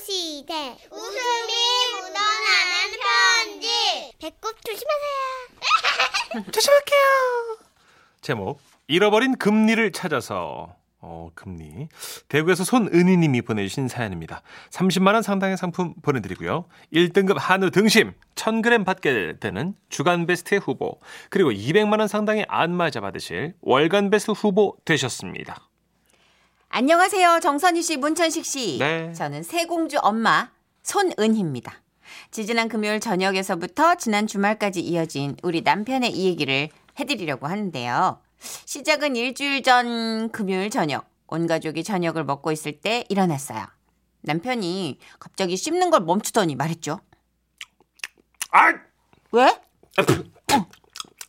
기대 웃음이 묻어나는 편지 배꼽 조심하세요 조심할게요. 제목 잃어버린 금리를 찾아서 어 금리 대구에서 손은희님이 보내주신 사연입니다. 30만 원 상당의 상품 보내드리고요. 1등급 한우 등심 1,000g 받게 되는 주간 베스트 후보 그리고 200만 원 상당의 안마자 받으실 월간 베스트 후보 되셨습니다. 안녕하세요. 정선희 씨, 문천식 씨. 네. 저는 세공주 엄마 손은희입니다. 지지난 금요일 저녁에서부터 지난 주말까지 이어진 우리 남편의 이 얘기를 해드리려고 하는데요. 시작은 일주일 전 금요일 저녁. 온 가족이 저녁을 먹고 있을 때 일어났어요. 남편이 갑자기 씹는 걸 멈추더니 말했죠. 아, 왜?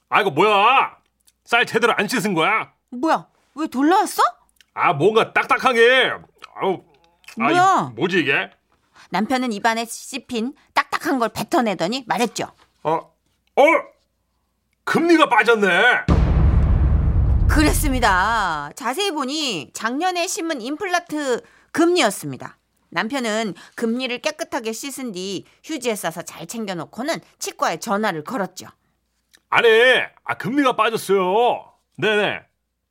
아 이거 뭐야? 쌀 제대로 안 씻은 거야? 뭐야? 왜 돌나왔어? 아 뭔가 딱딱한 게 아우 아, 이 뭐야? 뭐지 이게? 남편은 입안에 씹힌 딱딱한 걸 뱉어내더니 말했죠. 어, 어, 금리가 빠졌네. 그랬습니다. 자세히 보니 작년에 심은 임플란트 금리였습니다. 남편은 금리를 깨끗하게 씻은 뒤 휴지에 싸서 잘 챙겨놓고는 치과에 전화를 걸었죠. 아니, 아, 금리가 빠졌어요. 네네.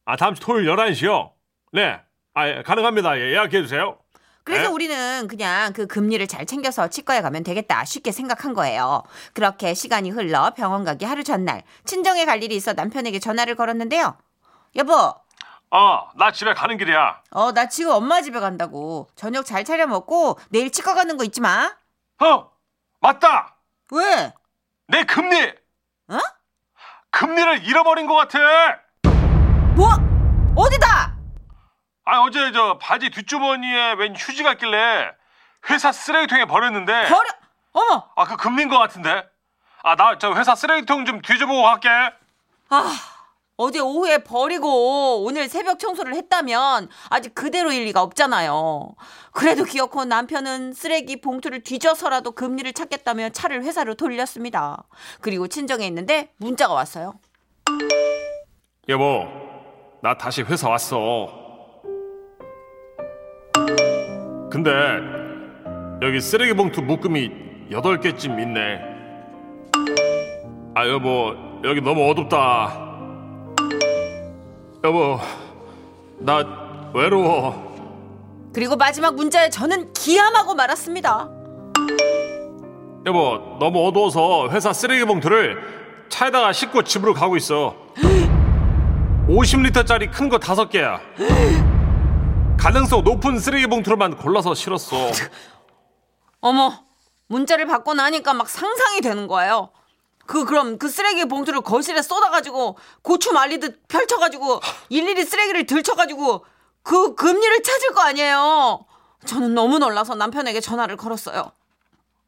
아, 다음 주 토요일 11시요. 네. 아, 예, 가능합니다. 예, 예약해주세요. 그래서 네? 우리는 그냥 그 금리를 잘 챙겨서 치과에 가면 되겠다 쉽게 생각한 거예요. 그렇게 시간이 흘러 병원 가기 하루 전날 친정에 갈 일이 있어 남편에게 전화를 걸었는데요. 여보, 어, 나 집에 가는 길이야. 어, 나 지금 엄마 집에 간다고. 저녁 잘 차려 먹고 내일 치과 가는 거 잊지 마. 어, 맞다. 왜? 내 금리. 어? 금리를 잃어버린 것 같아. 뭐? 어디다? 아, 어제 저 바지 뒷주머니에 웬 휴지가 있길래 회사 쓰레기통에 버렸는데. 버려. 어머. 아, 그 금리인 것 같은데. 아, 나 저 회사 쓰레기통 좀 뒤져보고 갈게. 아. 어제 오후에 버리고 오늘 새벽 청소를 했다면 아직 그대로일 리가 없잖아요. 그래도 기어코 남편은 쓰레기 봉투를 뒤져서라도 금리를 찾겠다며 차를 회사로 돌렸습니다. 그리고 친정에 있는데 문자가 왔어요. 여보, 나 다시 회사 왔어. 근데 여기 쓰레기 봉투 묶음이 8개쯤 있네. 아, 여보, 여기 너무 어둡다. 여보, 나 외로워. 그리고 마지막 문자에 저는 기함하고 말았습니다. 여보, 너무 어두워서 회사 쓰레기 봉투를 차에다가 싣고 집으로 가고 있어. 50리터짜리 큰 거 다섯 개야. 가능성 높은 쓰레기 봉투로만 골라서 실었어. 어머, 문자를 받고 나니까 막 상상이 되는 거예요. 그 그럼 그 쓰레기 봉투를 거실에 쏟아가지고 고추 말리듯 펼쳐가지고 일일이 쓰레기를 들쳐가지고 그 금리를 찾을 거 아니에요. 저는 너무 놀라서 남편에게 전화를 걸었어요.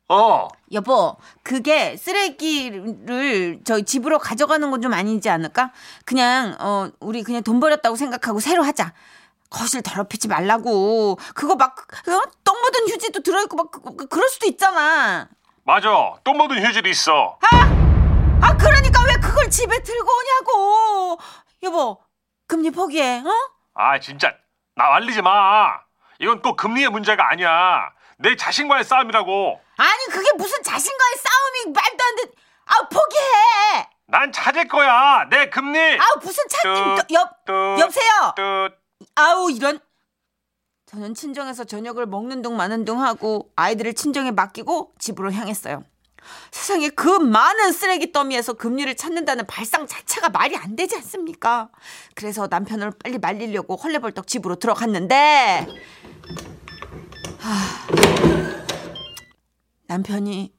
어, 여보, 그게 쓰레기를 저희 집으로 가져가는 건 좀 아니지 않을까? 그냥 어 우리 그냥 돈 버렸다고 생각하고 새로 하자. 거실 더럽히지 말라고. 그거 막 어? 똥 묻은 휴지도 들어있고 막 그, 그, 그럴 수도 있잖아. 맞아. 똥 묻은 휴지도 있어. 아 그러니까 왜 그걸 집에 들고 오냐고. 여보, 금리 포기해. 어? 아, 진짜 나 말리지 마. 이건 꼭 금리의 문제가 아니야. 내 자신과의 싸움이라고. 아니 그게 무슨 자신과의 싸움이 말도 안 돼. 아 포기해. 난 찾을 거야. 내 금리. 아 무슨 차님 어. 옆 여보세요. 뚜. 아우 이런 저는 친정에서 저녁을 먹는 둥 마는 둥 하고 아이들을 친정에 맡기고 집으로 향했어요. 세상에 그 많은 쓰레기 더미에서 금리를 찾는다는 발상 자체가 말이 안 되지 않습니까? 그래서 남편을 빨리 말리려고 헐레벌떡 집으로 들어갔는데 하, 남편이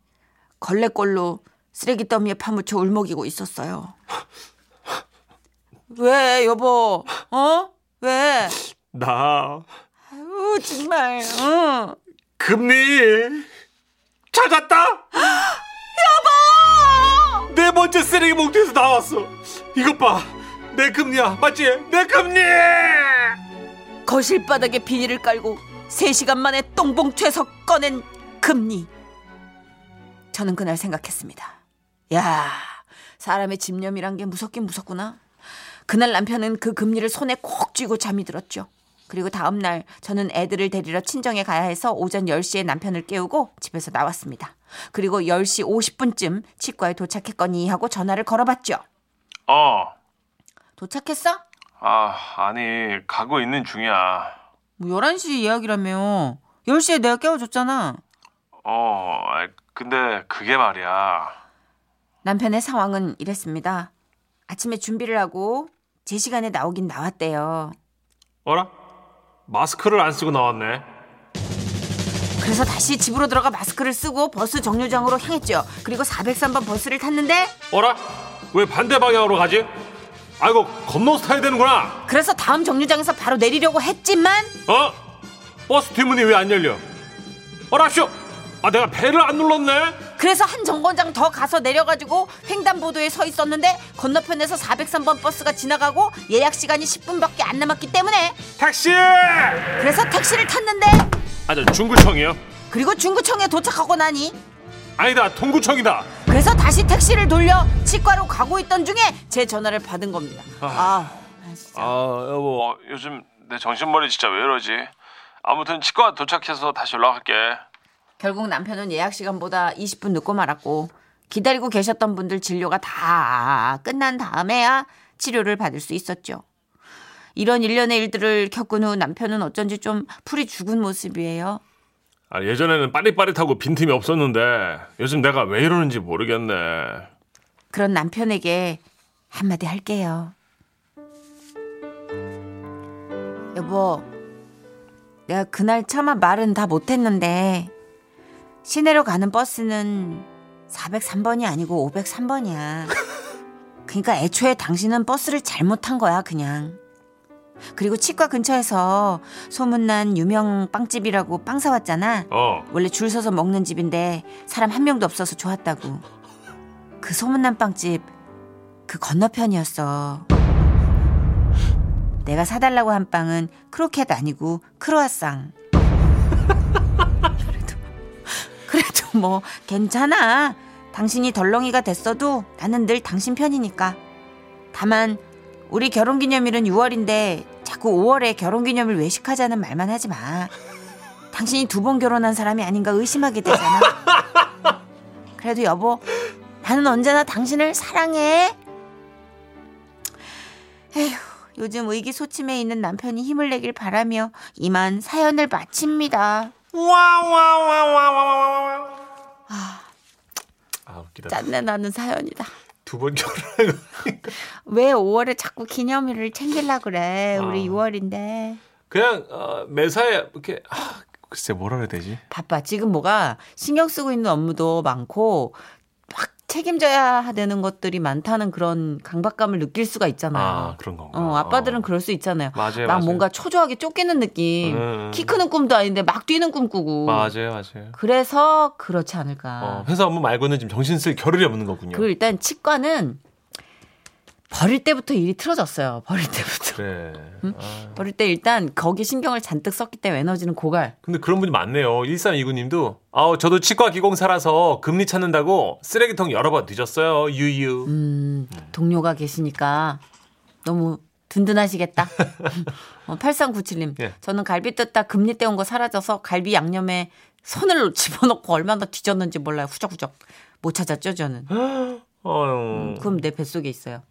걸레꼴로 쓰레기 더미에 파묻혀 울먹이고 있었어요. 왜 여보? 어? 왜? 나 아유 어, 정말. 어. 응. 금리 찾았다. 여보! 네 번째 쓰레기 봉투에서 나왔어. 이것 봐. 내 금리야. 맞지? 내 금리! 거실 바닥에 비닐을 깔고 3시간 만에 똥봉투에서 꺼낸 금리. 저는 그날 생각했습니다. 야, 사람의 집념이란 게 무섭긴 무섭구나. 그날 남편은 그 금리를 손에 콕 쥐고 잠이 들었죠. 그리고 다음 날 저는 애들을 데리러 친정에 가야 해서 오전 10시에 남편을 깨우고 집에서 나왔습니다. 그리고 10시 50분쯤 치과에 도착했거니 하고 전화를 걸어봤죠. 어, 도착했어? 아, 아니, 가고 있는 중이야. 뭐 11시 예약이라며. 10시에 내가 깨워줬잖아. 어, 아이, 근데 그게 말이야. 남편의 상황은 이랬습니다. 아침에 준비를 하고 제 시간에 나오긴 나왔대요. 어라? 마스크를 안 쓰고 나왔네. 그래서 다시 집으로 들어가 마스크를 쓰고 버스 정류장으로 향했죠. 그리고 403번 버스를 탔는데 어라? 왜 반대 방향으로 가지? 아이고, 건너서 타야 되는구나. 그래서 다음 정류장에서 바로 내리려고 했지만 어? 버스 뒷문이 왜 안 열려? 어라쇼! 아, 내가 배를 안 눌렀네? 그래서 한 정거장 더 가서 내려가지고 횡단보도에 서 있었는데 건너편에서 403번 버스가 지나가고 예약 시간이 10분밖에 안 남았기 때문에 택시! 그래서 택시를 탔는데 아, 저 중구청이요. 그리고 중구청에 도착하고 나니 아니다, 통구청이다. 그래서 다시 택시를 돌려 치과로 가고 있던 중에 제 전화를 받은 겁니다. 아, 아, 진짜. 아 여보 요즘 내 정신머리 진짜 왜 이러지 아무튼 치과 도착해서 다시 연락할게 결국 남편은 예약 시간보다 20분 늦고 말았고 기다리고 계셨던 분들 진료가 다 끝난 다음에야 치료를 받을 수 있었죠. 이런 일련의 일들을 겪은 후 남편은 어쩐지 좀 풀이 죽은 모습이에요. 아, 예전에는 빠릿빠릿하고 빈틈이 없었는데 요즘 내가 왜 이러는지 모르겠네 그런 남편에게 한마디 할게요. 여보, 내가 그날 차마 말은 다 못했는데 시내로 가는 버스는 403번이 아니고 503번이야. 그러니까 애초에 당신은 버스를 잘못 탄 거야, 그냥. 그리고 치과 근처에서 소문난 유명 빵집이라고 빵 사왔잖아. 어 원래 줄 서서 먹는 집인데 사람 한 명도 없어서 좋았다고. 그 소문난 빵집 그 건너편이었어. 내가 사달라고 한 빵은 크로켓 아니고 크로아상. 그래도 그래도 뭐 괜찮아. 당신이 덜렁이가 됐어도 나는 늘 당신 편이니까. 다만 우리 결혼기념일은 6월인데 자꾸 5월에 결혼기념일 외식하자는 말만 하지 마. 당신이 두 번 결혼한 사람이 아닌가 의심하게 되잖아. 그래도 여보, 나는 언제나 당신을 사랑해. 에휴, 요즘 의기소침해 있는 남편이 힘을 내길 바라며 이만 사연을 마칩니다. 와와와와와와와 아 웃기다 짠내 나는 사연이다. 두 번 결혼하고 왜 5월에 자꾸 기념일을 챙길라 그래? 우리 아. 6월인데. 그냥 어, 매사에 이렇게 아, 글쎄 뭐라 해야 되지 바빠. 지금 뭐가 신경 쓰고 있는 업무도 많고 막 책임져야 되는 것들이 많다는 그런 강박감을 느낄 수가 있잖아요. 아 그런 건가 음. 어, 아빠들은 그럴 수 있잖아요. 맞아요, 막 맞아요. 뭔가 초조하게 쫓기는 느낌. 음. 키 크는 꿈도 아닌데 막 뛰는 꿈 꾸고. 맞아요 맞아요 그래서 그렇지 않을까. 어, 회사 업무 말고는 지금 정신 쓸 겨를이 없는 거군요 아. 그리고 일단 치과는 버릴 때부터 일이 틀어졌어요. 버릴 때부터. 그래 아. 버릴 때 일단 거기 신경을 잔뜩 썼기 때문에 에너지는 고갈. 근데 그런 분이 많네요. 1329님도 아우 저도 치과 기공사라서 금리 찾는다고 쓰레기통 여러 번 뒤졌어요. 유유. 음, 동료가 계시니까 너무 든든하시겠다. 어, 8397님. 예. 저는 갈비 뜯다 금리 떼온 거 사라져서 갈비 양념에 손을 집어넣고 얼마나 뒤졌는지 몰라요. 후적후적. 못 찾았죠, 저는. 음. 어휴. 그럼 내 뱃속에 있어요.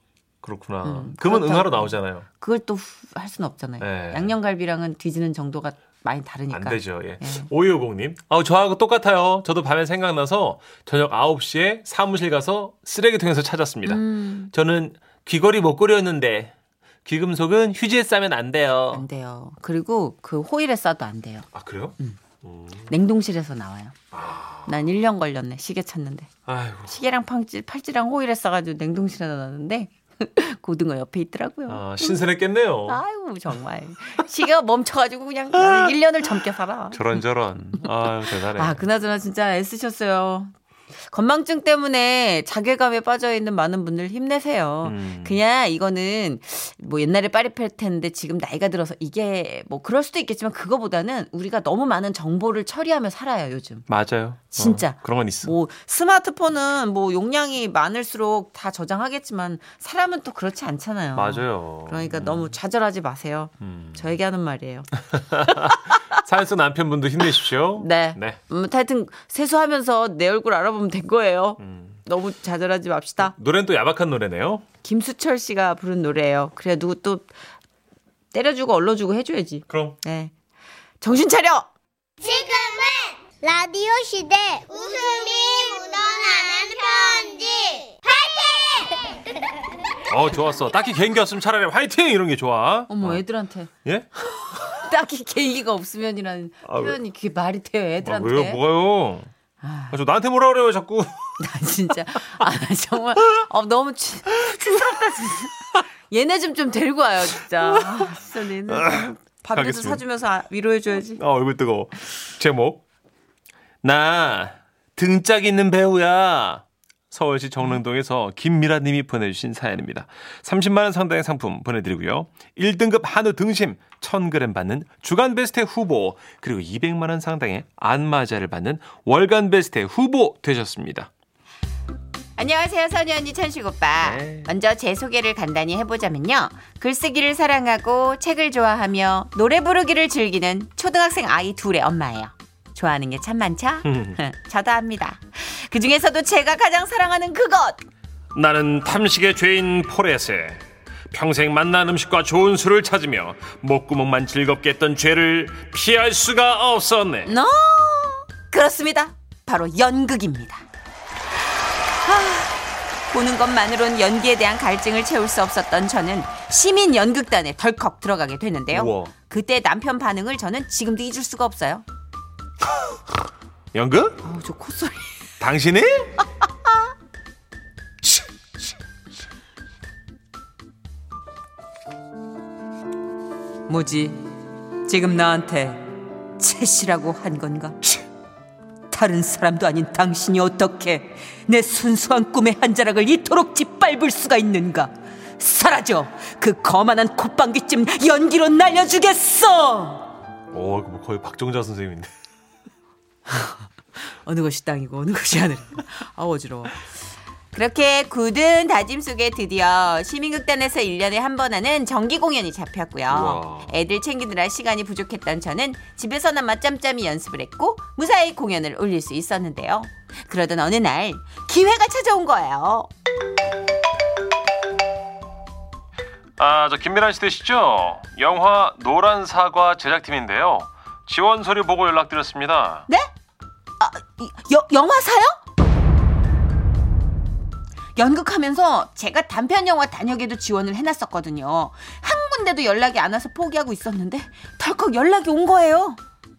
그렇구나. 음, 금은 그렇다고. 응하로 나오잖아요. 그걸 또 할 수는 없잖아요. 네. 양념갈비랑은 뒤지는 정도가 많이 다르니까. 안 되죠. 예. 예. 5250님. 아우 저하고 똑같아요. 저도 밤에 생각나서 저녁 9시에 사무실 가서 쓰레기통에서 찾았습니다. 음, 저는 귀걸이 목걸이였는데 귀금속은 휴지에 싸면 안 돼요. 안 돼요. 그리고 그 호일에 싸도 안 돼요. 아 그래요? 음. 냉동실에서 나와요. 아. 난 1년 걸렸네. 시계 찾는데. 아이고. 시계랑 팔찌, 팔찌랑 호일에 싸가지고 냉동실에 놨는데 고등어 옆에 있더라고요. 아, 신선했겠네요. 아이고 정말 시계가 멈춰가지고 그냥 나는 1년을 젊게 살아. 저런 저런. 아 대단해. 그 아 그나저나 진짜 애쓰셨어요. 건망증 때문에 자괴감에 빠져 있는 많은 분들 힘내세요. 음. 그냥 이거는 뭐 옛날에 파리펠텐데 지금 나이가 들어서 이게 뭐 그럴 수도 있겠지만 그거보다는 우리가 너무 많은 정보를 처리하며 살아요 요즘. 맞아요. 진짜. 어, 그런 건 있어. 뭐 스마트폰은 뭐 용량이 많을수록 다 저장하겠지만 사람은 또 그렇지 않잖아요. 맞아요. 그러니까 너무 좌절하지 마세요. 음. 저에게 하는 말이에요. 사연 속 남편분도 힘내십시오. 네. 네. 음, 하여튼 세수하면서 내 얼굴 알아보면 된 거예요. 음. 너무 좌절하지 맙시다. 노래는 또 야박한 노래네요. 김수철 씨가 부른 노래예요. 그래 누구 또 때려주고 얼러주고 해줘야지. 그럼 네. 정신 차려. 지금은 라디오 시대 웃음이 묻어나는 편지 어 좋았어. 딱히 개인기 없으면 차라리 화이팅 이런 게 좋아. 어머 어. 애들한테 예? 딱히 개의가 없으면이라는 아, 왜- 표현이 그게 말이 돼요 아, 애들한테. 왜요? 뭐가요? 아. 아, 저 나한테 뭐라 그래요 자꾸. 나 진짜 아, 나 정말 어, 너무 추- 추스럽다 진짜. 얘네 좀 좀 데리고 와요 진짜. 아, 진짜 얘네 좀 밥도 알겠습니다. 사주면서 아- 위로해줘야지. 아 얼굴 뜨거워. 제목 나 등짝 있는 배우야. 서울시 정릉동에서 김미라님이 보내주신 사연입니다. 30만 원 상당의 상품 보내드리고요. 1등급 한우 등심 1,000g 받는 주간 베스트 후보 그리고 200만 원 상당의 안마자를 받는 월간 베스트 후보 되셨습니다. 안녕하세요, 선희 언니, 천식 오빠. 네. 먼저 제 소개를 간단히 해보자면요. 글쓰기를 사랑하고 책을 좋아하며 노래 부르기를 즐기는 초등학생 아이 둘의 엄마예요. 좋아하는 게 참 많죠? 음. 저도 합니다. 그 중에서도 제가 가장 사랑하는 그것! 나는 탐식의 죄인 포레세 평생 만난 음식과 좋은 술을 찾으며 목구멍만 즐겁게 했던 죄를 피할 수가 없었네 No! 그렇습니다. 바로 연극입니다. 아, 보는 것만으론 연기에 대한 갈증을 채울 수 없었던 저는 시민 연극단에 덜컥 들어가게 됐는데요. 우와. 그때 남편 반응을 저는 지금도 잊을 수가 없어요. 연극? 어우, 저 콧소리. 당신이? 뭐지? 지금 나한테 채시라고 한 건가? 다른 사람도 아닌 당신이 어떻게 내 순수한 꿈의 한 자락을 이토록 짓밟을 수가 있는가? 사라져! 그 거만한 콧방귀쯤 연기로 날려주겠어! 오 이거 뭐 거의 박정자 선생님인데 어느 것이 땅이고 어느 것이 하늘이고 아 어지러워 그렇게 굳은 다짐 속에 드디어 시민극단에서 1년에 한 번 하는 정기 공연이 잡혔고요. 우와. 애들 챙기느라 시간이 부족했던 저는 집에서나마 짬짬이 연습을 했고 무사히 공연을 올릴 수 있었는데요. 그러던 어느 날 기회가 찾아온 거예요. 아 저 김미란 씨 되시죠? 영화 노란 사과 제작팀인데요 지원 서류 보고 연락드렸습니다 네? 아, 이- 여, 영화사요? 연극하면서 제가 단편 영화 단역에도 지원을 해놨었거든요. 한 군데도 연락이 안 와서 포기하고 있었는데 덜컥 연락이 온 거예요.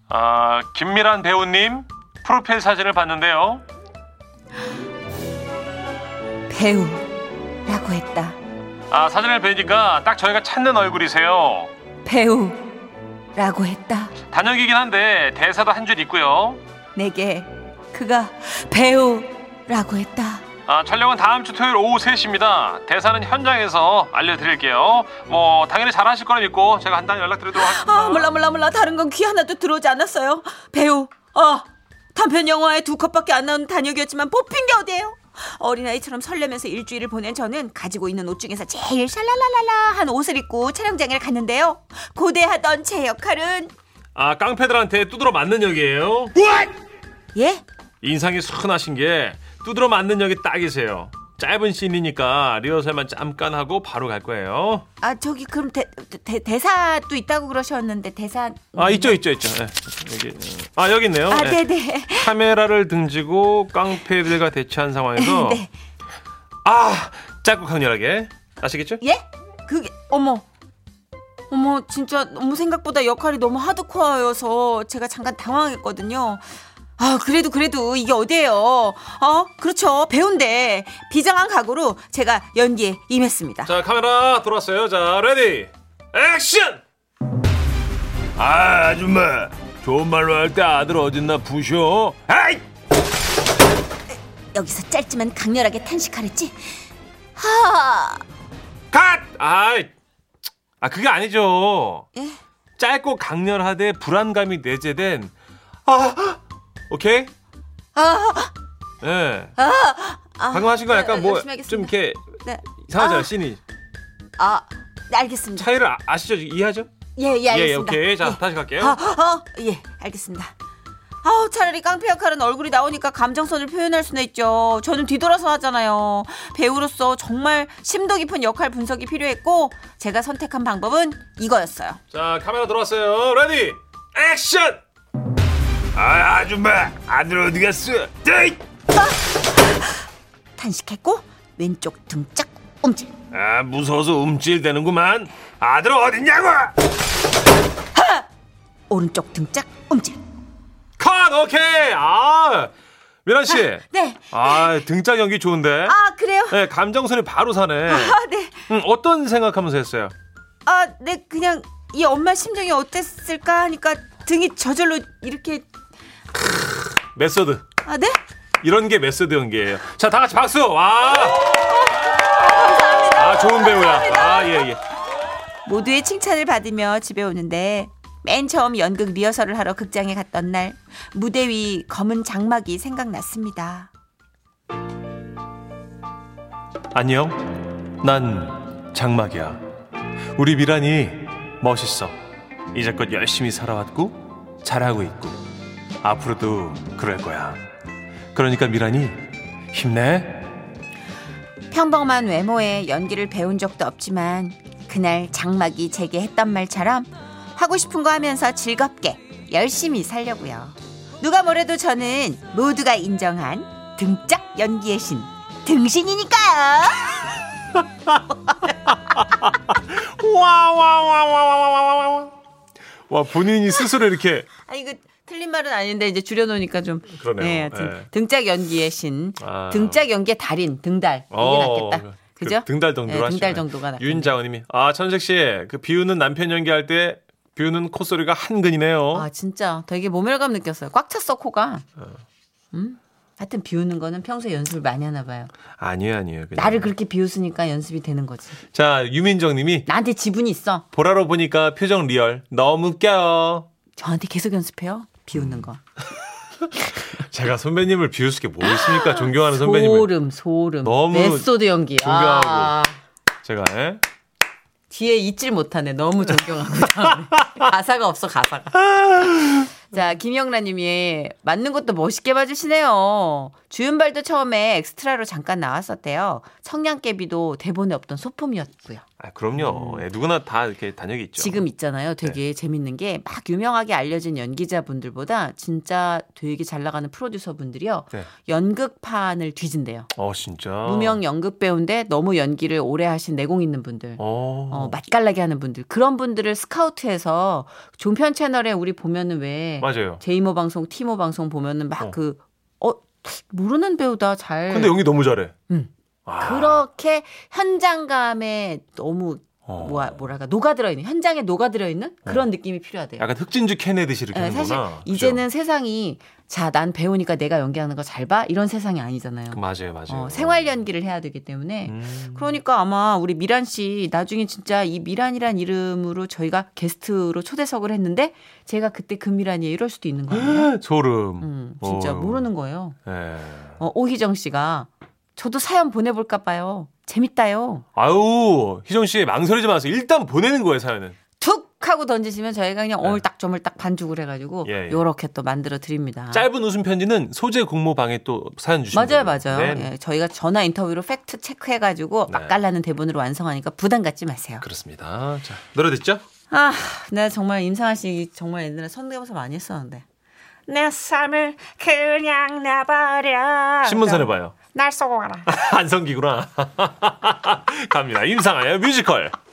아 김미란 배우님 프로필 사진을 봤는데요 배우라고 했다. 아 사진을 보니까 딱 저희가 찾는 얼굴이세요 배우라고 했다. 단역이긴 한데 대사도 한 줄 있고요 내게 그가 배우라고 했다. 아, 촬영은 다음 주 토요일 오후 3시입니다. 대사는 현장에서 알려드릴게요. 뭐 당연히 잘하실 거라 믿고 제가 한단 연락드리도록 하겠습니다. 아 몰라 몰라 몰라 다른 건 귀 하나도 들어오지 않았어요 배우 어 단편 영화에 두 컷밖에 안 나온 단역이었지만 뽑힌 게 어디예요 어린아이처럼 설레면서 일주일을 보낸 저는 가지고 있는 옷 중에서 제일 샬랄랄라한 옷을 입고 촬영장에 갔는데요 고대하던 제 역할은 아, 깡패들한테 두드러 맞는 역이에요. 예? 인상이 순하신 게 두드러 맞는 역이 딱이세요. 짧은 씬이니까 리허설만 잠깐 하고 바로 갈 거예요. 아 저기 그럼 대, 대, 대사도 있다고 그러셨는데 대사 아, 있죠, 있죠, 있죠. 예, 여기. 아, 여기 있네요. 아 예. 네네 카메라를 등지고 깡패들과 대치한 상황에서 네. 아, 짧고 강렬하게 아시겠죠? 예? 그게 어머 어머 진짜 너무 생각보다 역할이 너무 하드코어여서 제가 잠깐 당황했거든요. 아 그래도 그래도 이게 어디예요? 어 그렇죠 배우인데 비장한 각오로 제가 연기에 임했습니다. 자 카메라 돌았어요 자 레디 액션 아 아줌마 좋은 말로 할 때 아들 어딨나 부셔 아이 여기서 짧지만 강렬하게 탄식하랬지? 하. 갓! 아, 아 그게 아니죠. 예? 짧고 강렬하되 불안감이 내재된 아 오케이 아, 예 아. 방금 하신 건 약간 아, 뭐 열심히 하겠습니다. 좀 이렇게 네. 이상하잖아요 아. 씬이 아, 네, 알겠습니다. 차이를 아- 아시죠 이해하죠 예, 예, 예, 알겠습니다. 예 오케이 자 다시 갈게요 아, 아, 예, 알겠습니다. 아우 차라리 깡패 역할은 얼굴이 나오니까 감정선을 표현할 수는 있죠. 저는 뒤돌아서 하잖아요. 배우로서 정말 심도 깊은 역할 분석이 필요했고 제가 선택한 방법은 이거였어요. 자 카메라 들어왔어요 레디 액션 아 아줌마 안으로 어디 갔어 데이! 탄식했고 왼쪽 등짝 움찔. 아 무서워서 움찔대는구만 아들 어딨냐고 오른쪽 등짝 움찔. 컷 오케이 아 미란 씨 네. 아 등짝 연기 좋은데 아 그래요? 네, 감정선이 바로 사네. 아 네. 음, 어떤 생각하면서 했어요? 아 네 그냥 이 엄마 심정이 어땠을까 하니까 등이 저절로 이렇게 메서드. 아 네? 이런 게 메서드 연기예요. 자, 다 같이 박수. 와! 아, 좋은 배우야. 아, 예, 예. 모두의 칭찬을 받으며 집에 오는데 맨 처음 연극 리허설을 하러 극장에 갔던 날 무대 위 검은 장막이 생각났습니다. 안녕. 난 장막이야. 우리 미란이 멋있어. 이제껏 열심히 살아왔고 잘하고 있고 앞으로도 그럴 거야. 그러니까 미란이 힘내. 평범한 외모에 연기를 배운 적도 없지만 그날 장막이 제게 했던 말처럼 하고 싶은 거 하면서 즐겁게 열심히 살려고요. 누가 뭐래도 저는 모두가 인정한 등짝 연기의 신 등신이니까요. 와와와와와와와와. 와 본인이 스스로 이렇게 아 이거 틀린 말은 아닌데 이제 줄여놓으니까 좀 그러네요. 네, 하여튼 예. 등짝 연기의 신, 아. 등짝 연기의 달인, 등달 이게 어, 낫겠다. 그 그죠? 등달 정도로 예, 하시네. 등달 정도가 낫. 윤자원님이 아 천식 씨 그 비우는 남편 연기할 때 비우는 콧소리가 한근이네요. 아 진짜 되게 모멸감 느꼈어요. 꽉 찼어 코가. 음? 하여튼 비우는 거는 평소에 연습을 많이 하나 봐요. 아, 니에요 아니에요. 그냥. 나를 그렇게 비웃으니까 연습이 되는 거지. 자 유민정님이 나한테 지분이 있어. 보라로 보니까 표정 리얼 너무 웃겨요. 저한테 계속 연습해요. 비웃는 음. 거. 제가 선배님을 비울 수게 뭐 있습니까? 존경하는 선배님을 소름, 소름. 너무 메소드 연기. 존경하고. 아, 제가 예? 뒤에 잊질 못하네. 너무 존경하고. 다음에. 가사가 없어, 가사가. 자, 김영란 님이 맞는 것도 멋있게 봐주시네요. 주윤발도 처음에 엑스트라로 잠깐 나왔었대요. 청량깨비도 대본에 없던 소품이었고요. 아, 그럼요. 예, 누구나 다 이렇게 단역이 있죠. 음. 지금 있잖아요. 되게 재밌는 게 막 유명하게 알려진 연기자분들보다 진짜 되게 잘 나가는 프로듀서분들이요. 네. 연극판을 뒤진대요. 어 진짜 무명 연극 배우인데 너무 연기를 오래 하신 내공 있는 분들. 어, 어, 맛깔나게 하는 분들. 그런 분들을 스카우트해서 종편 채널에 우리 보면은 왜 맞아요. 제이모 방송, 티모 방송 보면은 어. 막 그 어. 모르는 배우다 잘 근데 연기 너무 잘해. 네. 음. 아, 그렇게 현장감에 너무 어. 뭐랄까 녹아들어 있는 현장에 녹아들어 있는 그런 느낌이 필요하대요. 약간 흑진주 캐내듯이 이렇게 예, 하는구나. 사실 그죠? 이제는 세상이 자 난 배우니까 내가 연기하는 거 잘 봐 이런 세상이 아니잖아요. 그 맞아요, 맞아요. 어, 생활 연기를 해야 되기 때문에 음. 그러니까 아마 우리 미란 씨 나중에 진짜 이 미란이란 이름으로 저희가 게스트로 초대석을 했는데 제가 그때 금미란이에요 이럴 수도 있는 거예요. 소름. 음, 진짜 어휴. 모르는 거예요. 예. 어, 오희정 씨가 저도 사연 보내볼까 봐요. 재밌다요. 아유, 희정 씨 망설이지 마세요. 일단 보내는 거예요, 사연은. 툭 하고 던지시면 저희가 그냥 네. 오물딱 조물딱 반죽을 해가지고 예, 예. 요렇게 또 만들어 드립니다. 짧은 웃음 편지는 소재 공모방에 또 사연 주시면 아. 맞아요, 맞아요. 예, 저희가 전화 인터뷰로 팩트 체크해가지고 네. 맛깔나는 대본으로 완성하니까 부담 갖지 마세요. 그렇습니다. 자, 노래 듣죠? 아, 나 정말 임상아 씨 정말 옛날에 선대모사 많이 했었는데. 내 삶을 그냥 놔버려. 신문선에 봐요. 날 쏘고 가라. 안성기구나. 갑니다. 임상아의 뮤지컬.